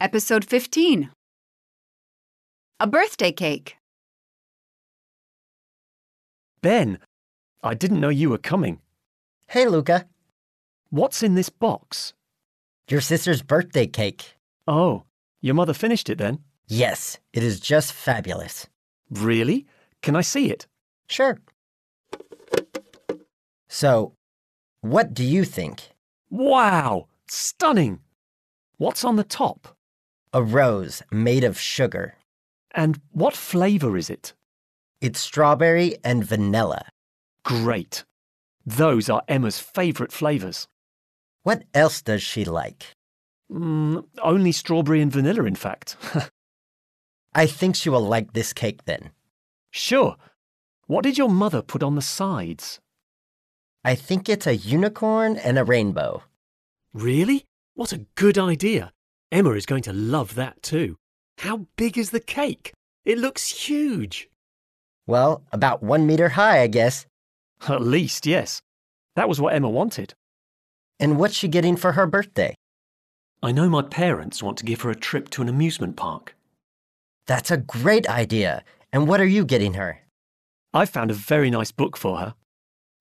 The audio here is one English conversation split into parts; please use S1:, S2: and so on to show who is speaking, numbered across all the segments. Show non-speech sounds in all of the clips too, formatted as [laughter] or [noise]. S1: Episode 15 A Birthday Cake.
S2: Ben, I didn't know you were coming.
S3: Hey, Luca.
S2: What's in this box?
S3: Your sister's birthday cake.
S2: Oh, your mother finished it then?
S3: Yes, it is just fabulous.
S2: Really? Can I see it?
S3: Sure. So, what do you think?
S2: Wow, stunning! What's on the top?
S3: A rose made of sugar.
S2: And what flavour is it?
S3: It's strawberry and vanilla.
S2: Great. Those are Emma's favourite flavours.
S3: What else does she like?
S2: Mm, only strawberry and vanilla, in fact. [laughs]
S3: I think she will like this cake then.
S2: sure. What did your mother put on the sides?
S3: I think it's a unicorn and a rainbow.
S4: Really? What a good idea. Emma is going to love that too. How big is the cake? It looks huge.
S3: Well, about one meter high, I guess.
S2: At least, yes. That was what Emma wanted.
S3: And what's she getting for her birthday?
S4: I know my parents want to give her a trip to an amusement park.
S3: That's a great idea. And what are you getting her?
S2: I found a very nice book for her.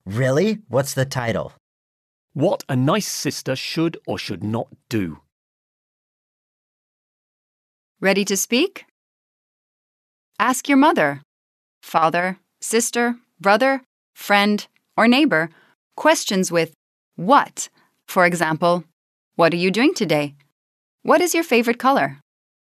S3: Really? What's the title?
S2: What a nice sister should or should not do.
S1: Ready to speak? Ask your mother, father, sister, brother, friend, or neighbor questions with what. For example, what are you doing today? What is your favorite color?